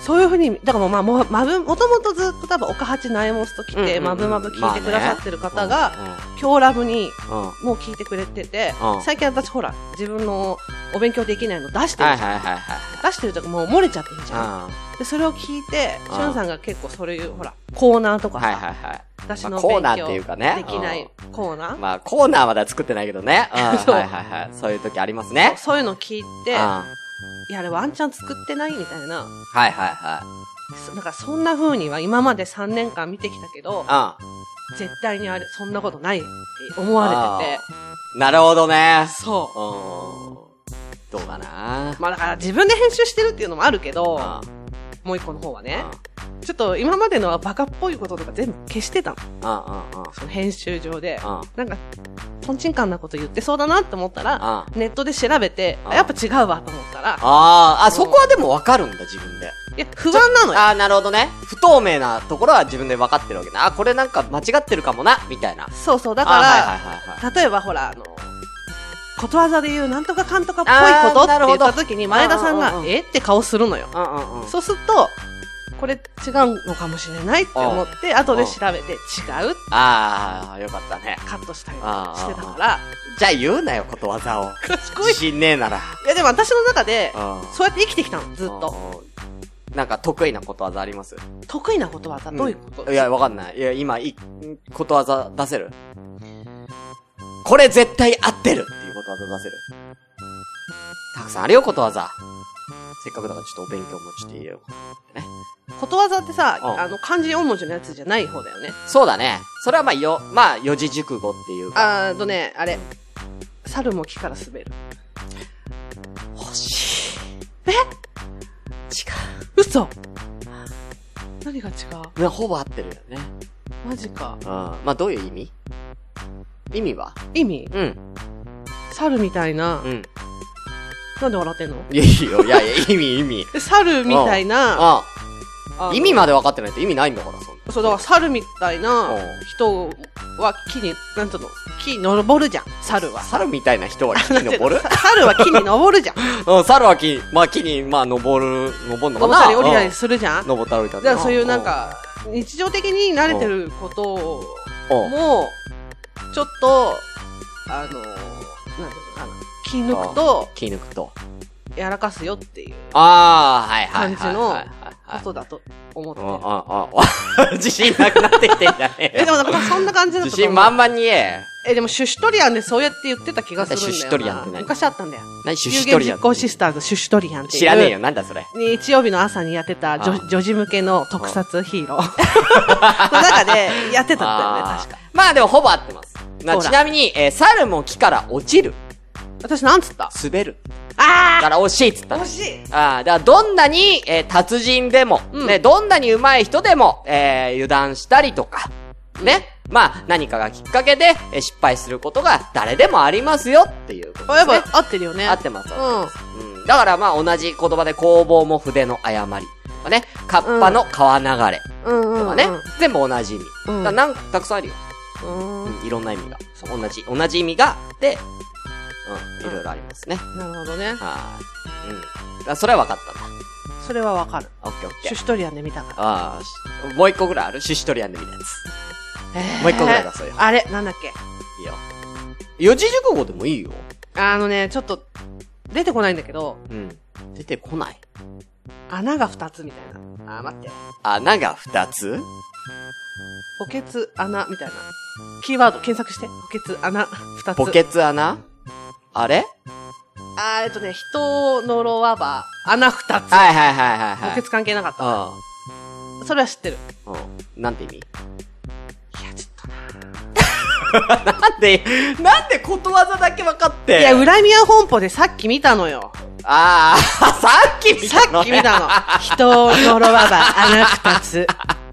Speaker 2: そういうふうに、だからもう、まあ、もう、まぶ、もともとずっと多分、岡八ナイモスと来
Speaker 1: うんうんう
Speaker 2: て、
Speaker 1: ん
Speaker 2: まぶまぶ聞いてくださってる方が、
Speaker 1: まあね
Speaker 2: 今日ラブに、
Speaker 1: うんうんうん
Speaker 2: もう聞いてくれてて
Speaker 1: う、ん
Speaker 2: 最近私ほら、自分のお勉強できないの出して
Speaker 1: はい
Speaker 2: るじゃん。
Speaker 1: はいはいはい
Speaker 2: 出してるとかもう漏れちゃってるじゃん。
Speaker 1: はい。
Speaker 2: で、それを聞いて、し
Speaker 1: うん
Speaker 2: ゅんさんが結構そういう、ほら、コーナーと
Speaker 1: うん
Speaker 2: か
Speaker 1: はい
Speaker 2: さ、
Speaker 1: はいはい。
Speaker 2: 私
Speaker 1: ま
Speaker 2: の
Speaker 1: あコー
Speaker 2: 勉
Speaker 1: ナー
Speaker 2: 強
Speaker 1: っていうかね
Speaker 2: できないコーナー
Speaker 1: まあ、コーナーまでは作ってないけどね。うん
Speaker 2: そう
Speaker 1: はいはいはい。そういう時ありますね。
Speaker 2: そういうの聞いて、
Speaker 1: うん
Speaker 2: いや
Speaker 1: は、
Speaker 2: あれワンチャン作ってないみたいな。
Speaker 1: いはいは
Speaker 2: そなんかそんな風には今まで3年間見てきたけど、
Speaker 1: い。
Speaker 2: 絶対にあれ、そんなことないって思われてて。
Speaker 1: うん。なるほどね。
Speaker 2: そうう。
Speaker 1: ん。どうかな。
Speaker 2: まあだから自分で編集してるっていうのもあるけど、
Speaker 1: うん
Speaker 2: もう一個の方はね
Speaker 1: うん。
Speaker 2: ちょっと今までのはバカっぽいこととか全部消してたの。
Speaker 1: うんうんうん。
Speaker 2: その編集上で。
Speaker 1: うん。
Speaker 2: なんか、とんちんかんなこと言ってそうだなって思ったら、
Speaker 1: あ
Speaker 2: ネットで調べて、
Speaker 1: うん
Speaker 2: あやっぱ違うわと思ったら、
Speaker 1: あー、あ、そこはでも分かるんだ、自分で。
Speaker 2: いや、不安なのよ。
Speaker 1: ああ、なるほどね。不透明なところは自分で分かってるわけな。あ、これなんか間違ってるかもな、みたいな。
Speaker 2: そうそう、だ
Speaker 1: だ
Speaker 2: から、
Speaker 1: はいはいはいはい。
Speaker 2: 例えばほら、あの、ことわざで言うなんとかかんとかっぽ
Speaker 1: あ
Speaker 2: い
Speaker 1: ー
Speaker 2: こと
Speaker 1: な
Speaker 2: って
Speaker 1: る
Speaker 2: 言
Speaker 1: ほど
Speaker 2: った時に前田さ
Speaker 1: うんう
Speaker 2: ん
Speaker 1: ん
Speaker 2: が
Speaker 1: う、ん
Speaker 2: えって顔するのよ。
Speaker 1: うんうんうん。
Speaker 2: そうすると、これ違うのかもしれないって思って、後で調べて違うって
Speaker 1: ああ、よかったね。
Speaker 2: カットしたりとかしてたから、
Speaker 1: じゃあ言うなよ、ことわざを。
Speaker 2: 賢い。
Speaker 1: 自信ねえなら。
Speaker 2: いやでも私の中で、
Speaker 1: うん
Speaker 2: そうやって生きてきたの、ずっと。
Speaker 1: と。なんか得意なことわざあります
Speaker 2: 得意なことわざ、どういうこと、
Speaker 1: いや、わかんない。いや、今、い、ことわざ出せるこれ絶対合ってるっていうことわざ出せるたくさんあるよ、ことわざ。せっかくだからちょっとお勉強もちょっといいよ。
Speaker 2: ことわざってさ、
Speaker 1: うん
Speaker 2: あの、漢字4文字のやつじゃない方だよね。
Speaker 1: そうだね。それはまあ、よ、まあ、四字熟語っていうか。
Speaker 2: あーとね、あれ。猿も木から滑る。
Speaker 1: 欲しい。え
Speaker 2: 嘘何が違
Speaker 1: 違
Speaker 2: う
Speaker 1: う。ね、ほぼ合ってるよね。
Speaker 2: マジか
Speaker 1: うん。。まあ、どういう意味意味は
Speaker 2: 意味
Speaker 1: うん。
Speaker 2: 猿みたいな
Speaker 1: う。ん。
Speaker 2: なんで笑ってんの
Speaker 1: いや、いいよ。いやいや、意味、意味。
Speaker 2: で猿みたいな。
Speaker 1: あ
Speaker 2: あの
Speaker 1: 意味まで分かってないと意味ないんだから、そんな
Speaker 2: そう、だから猿みたいな
Speaker 1: うん
Speaker 2: 人は木に、なんていうの、木に登るじゃん。猿は。
Speaker 1: 猿みたいな人は木に 登る
Speaker 2: さ猿は木に登るじゃん。
Speaker 1: うん、猿は木、まあ木に、まあ登る、登るのかな
Speaker 2: 登ったり降りたり
Speaker 1: す
Speaker 2: するじゃん。だ
Speaker 1: 登ったり降りたり。
Speaker 2: からそういうなんか、日常的に慣れてることを、
Speaker 1: うん、うん
Speaker 2: もう、ちょっと、あのー、なんていうのかな、気抜くと、
Speaker 1: 気抜くと。
Speaker 2: やらかすよっていう
Speaker 1: ああ、はいはいはいはいはいはい。
Speaker 2: ことだと思って
Speaker 1: う
Speaker 2: る。
Speaker 1: んうんうん 自信なくなってきてんじゃねえ
Speaker 2: え、で
Speaker 1: よ
Speaker 2: もなんかそんな感じだっ
Speaker 1: 自
Speaker 2: たと
Speaker 1: 信
Speaker 2: 思う
Speaker 1: 満。々に言え。
Speaker 2: え、でもシュシュトリアンでそうやって言ってた気がするんだよな。
Speaker 1: シュシュトリアンって何
Speaker 2: 昔あったんだよ。
Speaker 1: 何、シュ
Speaker 2: 有
Speaker 1: シュト
Speaker 2: 言
Speaker 1: リア
Speaker 2: 実
Speaker 1: ン
Speaker 2: 行シスターズシュシュトリアンっていう。
Speaker 1: 知らねえよ、。なんだそれ。
Speaker 2: 日曜日の朝にやってた
Speaker 1: あ
Speaker 2: 女
Speaker 1: あ
Speaker 2: 女児向けの特撮ヒーローの中でやってたんだよね、
Speaker 1: あー
Speaker 2: 確か。
Speaker 1: まあでもほぼ合ってます。な
Speaker 2: ほら
Speaker 1: ちなみに、えー猿も木から落ちる。
Speaker 2: 私なんつった
Speaker 1: 滑る。だ
Speaker 2: あ
Speaker 1: から惜しいっつった
Speaker 2: あ
Speaker 1: の
Speaker 2: 惜しい
Speaker 1: ああ、だからどんなに、えー達人でも、
Speaker 2: うん
Speaker 1: ね、どんなに上手い人でも、えー油断したりとか、ね、まあ、何かがきっかけで、えー失敗することが誰でもありますよっていうこと
Speaker 2: あ
Speaker 1: です
Speaker 2: やっ
Speaker 1: ね。
Speaker 2: ぱ合ってるよね。
Speaker 1: 合ってます。
Speaker 2: うん。
Speaker 1: うん。だからまあ、同じ言葉で工房も筆の誤り。とかね、カッパの川流れ
Speaker 2: うんうんうん。
Speaker 1: とかね、全部同じ意味。
Speaker 2: うん
Speaker 1: だからなんかたくさんあるよ。
Speaker 2: うーん。
Speaker 1: うん、いろんな意味が。
Speaker 2: そう
Speaker 1: 同じ、同じ意味が、で、うん、いろいろありますね。
Speaker 2: なるほどね。
Speaker 1: はーい。うん。あ、それは分かったんだ。
Speaker 2: それはわかる。
Speaker 1: オッケーオッケ
Speaker 2: シュ
Speaker 1: ー。
Speaker 2: シュトリアンで見たから。
Speaker 1: ああし、もう一個ぐらいあるシュシュトリアンで見たやつ。もう一個ぐらい出そうよ
Speaker 2: あれ、なんだっけ。
Speaker 1: いいよ。四字熟語でもいいよ。
Speaker 2: あのね、ちょっと、出てこないんだけど、
Speaker 1: うん。出てこない。
Speaker 2: 穴が二つみたいな。あー、待って。
Speaker 1: 穴が二つ
Speaker 2: 補欠穴みたいな。キーワード検索して。補欠穴二つ。
Speaker 1: ポケツ穴あれ
Speaker 2: あー、えっとね、人を呪わば、穴二つ。
Speaker 1: はいはいはいはい
Speaker 2: 補
Speaker 1: はい。
Speaker 2: 欠関係なかった。
Speaker 1: あ
Speaker 2: それは知ってる。
Speaker 1: あ。うん。なんて意味
Speaker 2: いや、ちょっとな。
Speaker 1: なんで、なんでことわざだけ分かって。
Speaker 2: いや、裏宮本舗でさっき見たのよ。
Speaker 1: ああ、さっき見
Speaker 2: さ
Speaker 1: たの
Speaker 2: っき見たの。人を呪わば、穴二つ。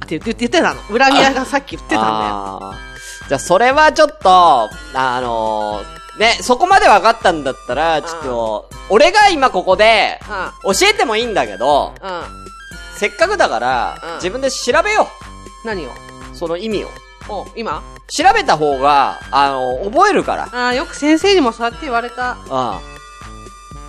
Speaker 2: って言って言ってたの。裏宮がさっき言ってたんだよ。
Speaker 1: あーじゃあ、それはちょっと、あのーね、そこまで分かったんだったら、ちょっと、俺が今ここで、教えてもいいんだけど、
Speaker 2: うん。うん。
Speaker 1: せっかくだから、
Speaker 2: うん
Speaker 1: 自分で調べよ
Speaker 2: 何を
Speaker 1: う。その意味を。
Speaker 2: お今
Speaker 1: 調べた方が、あの覚えるから。
Speaker 2: ああ、よく先生にもそうやって言われた。
Speaker 1: うん。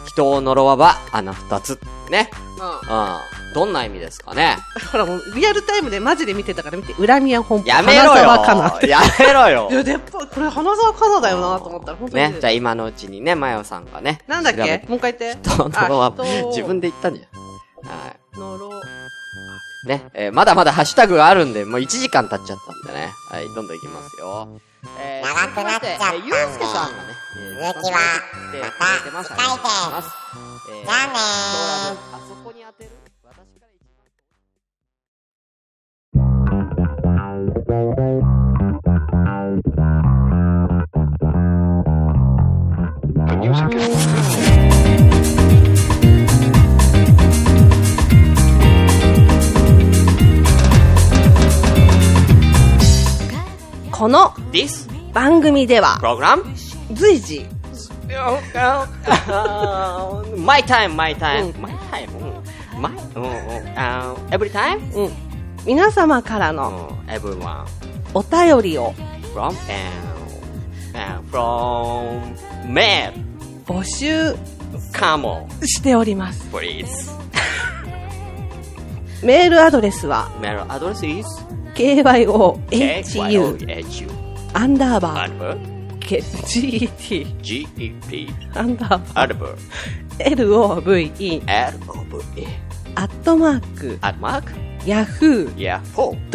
Speaker 1: 人を呪わば、穴二つ。ね。
Speaker 2: うん。
Speaker 1: うん。どんな意味ですかね。
Speaker 2: ほらもう、リアルタイムでマジで見てたから見て、恨みや本舗。
Speaker 1: やめろよ
Speaker 2: 花澤香菜って。
Speaker 1: やめろよ
Speaker 2: いや、でっぱ、これ花沢香菜だよなと思ったら、本当に。
Speaker 1: ね。じゃあ今のうちにね、マヨさんがね。
Speaker 2: なんだっ
Speaker 1: 調べ
Speaker 2: け
Speaker 1: て
Speaker 2: もう一回言って。
Speaker 1: 人を呪わば
Speaker 2: あ人を、
Speaker 1: 自分で言ったんじゃん。は
Speaker 2: 呪
Speaker 1: い。ね。えーまだまだハッシュタグがあるんで、もう1時間経っちゃったんでね。はい、どんどんいきますよ。え
Speaker 4: 長くなっちゃっ
Speaker 1: 続きまし
Speaker 4: たんで
Speaker 1: てえーゆうすけさんがね。
Speaker 4: 続きは
Speaker 1: えー
Speaker 4: また
Speaker 1: てます
Speaker 4: 次回です
Speaker 1: えー
Speaker 4: じゃあねー。
Speaker 1: あそこに当てる私から一番
Speaker 2: この
Speaker 1: This
Speaker 2: 番組では、
Speaker 1: program?
Speaker 2: 随時、
Speaker 1: my time, my time,
Speaker 2: う
Speaker 1: my time, うん my, うんうんあー every time,
Speaker 2: うん。皆様から
Speaker 1: う
Speaker 2: の
Speaker 1: ん everyone
Speaker 2: お便りを
Speaker 1: from and and from mad
Speaker 2: 募集
Speaker 1: come on
Speaker 2: しております。
Speaker 1: please.
Speaker 2: メールアドレスは、
Speaker 1: Mail address is
Speaker 2: kyohu
Speaker 1: H U
Speaker 2: アンダーバ
Speaker 1: Albert
Speaker 2: ー get
Speaker 1: G E P
Speaker 2: アンダーバ
Speaker 1: Albert
Speaker 2: ー love
Speaker 1: L O V E
Speaker 2: アットマーク
Speaker 1: at mark
Speaker 2: yahoo.co.jp
Speaker 1: yeah four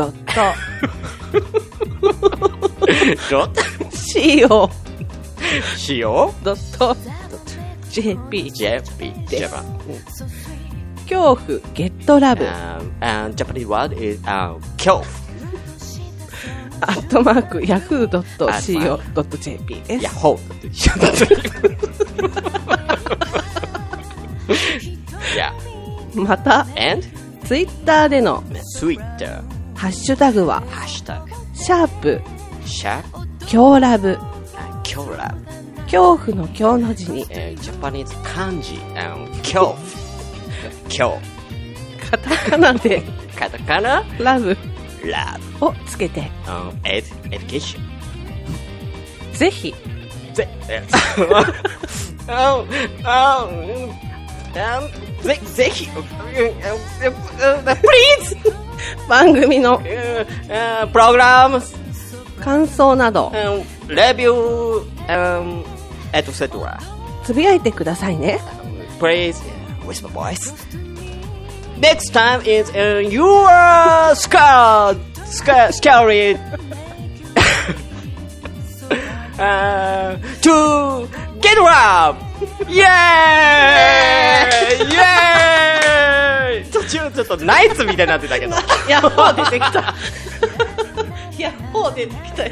Speaker 1: dot C O J P Japan
Speaker 2: 恐怖ゲットラブ
Speaker 1: um, and Japanese word is um, kyo
Speaker 2: アットマーク
Speaker 1: At
Speaker 2: yahoo.co.jp で す
Speaker 1: yahoo や、
Speaker 2: また
Speaker 1: and
Speaker 2: ツイッターでの
Speaker 1: Twitter
Speaker 2: ハッシュタグは
Speaker 1: ハッシュタグ
Speaker 2: シャープ
Speaker 1: シャー
Speaker 2: 恐ラブ
Speaker 1: キョラ
Speaker 2: 恐怖の恐の 字に
Speaker 1: えージャパニーズ漢字うん恐怖恐
Speaker 2: カタカナで
Speaker 1: カタカナ
Speaker 2: ラブ
Speaker 1: ラ
Speaker 2: をつけて
Speaker 1: ブうんエデエデュケーション
Speaker 2: ぜひ
Speaker 1: ぜえうんうんうんぜぜひうんうんうんうん please
Speaker 2: 番組の
Speaker 1: うんうんプログラム
Speaker 2: 感想など
Speaker 1: うんレビュー、うん、エトセトラ。
Speaker 2: つぶやいてくださいね
Speaker 1: Please, whisper voice. Next time is uh, your scar, scar, scary. uh, to get up. Yay! Yay! 途中ちょっとナイツみたいになってたけど。
Speaker 2: ヤッホー出てきたヤッホー出てきたよ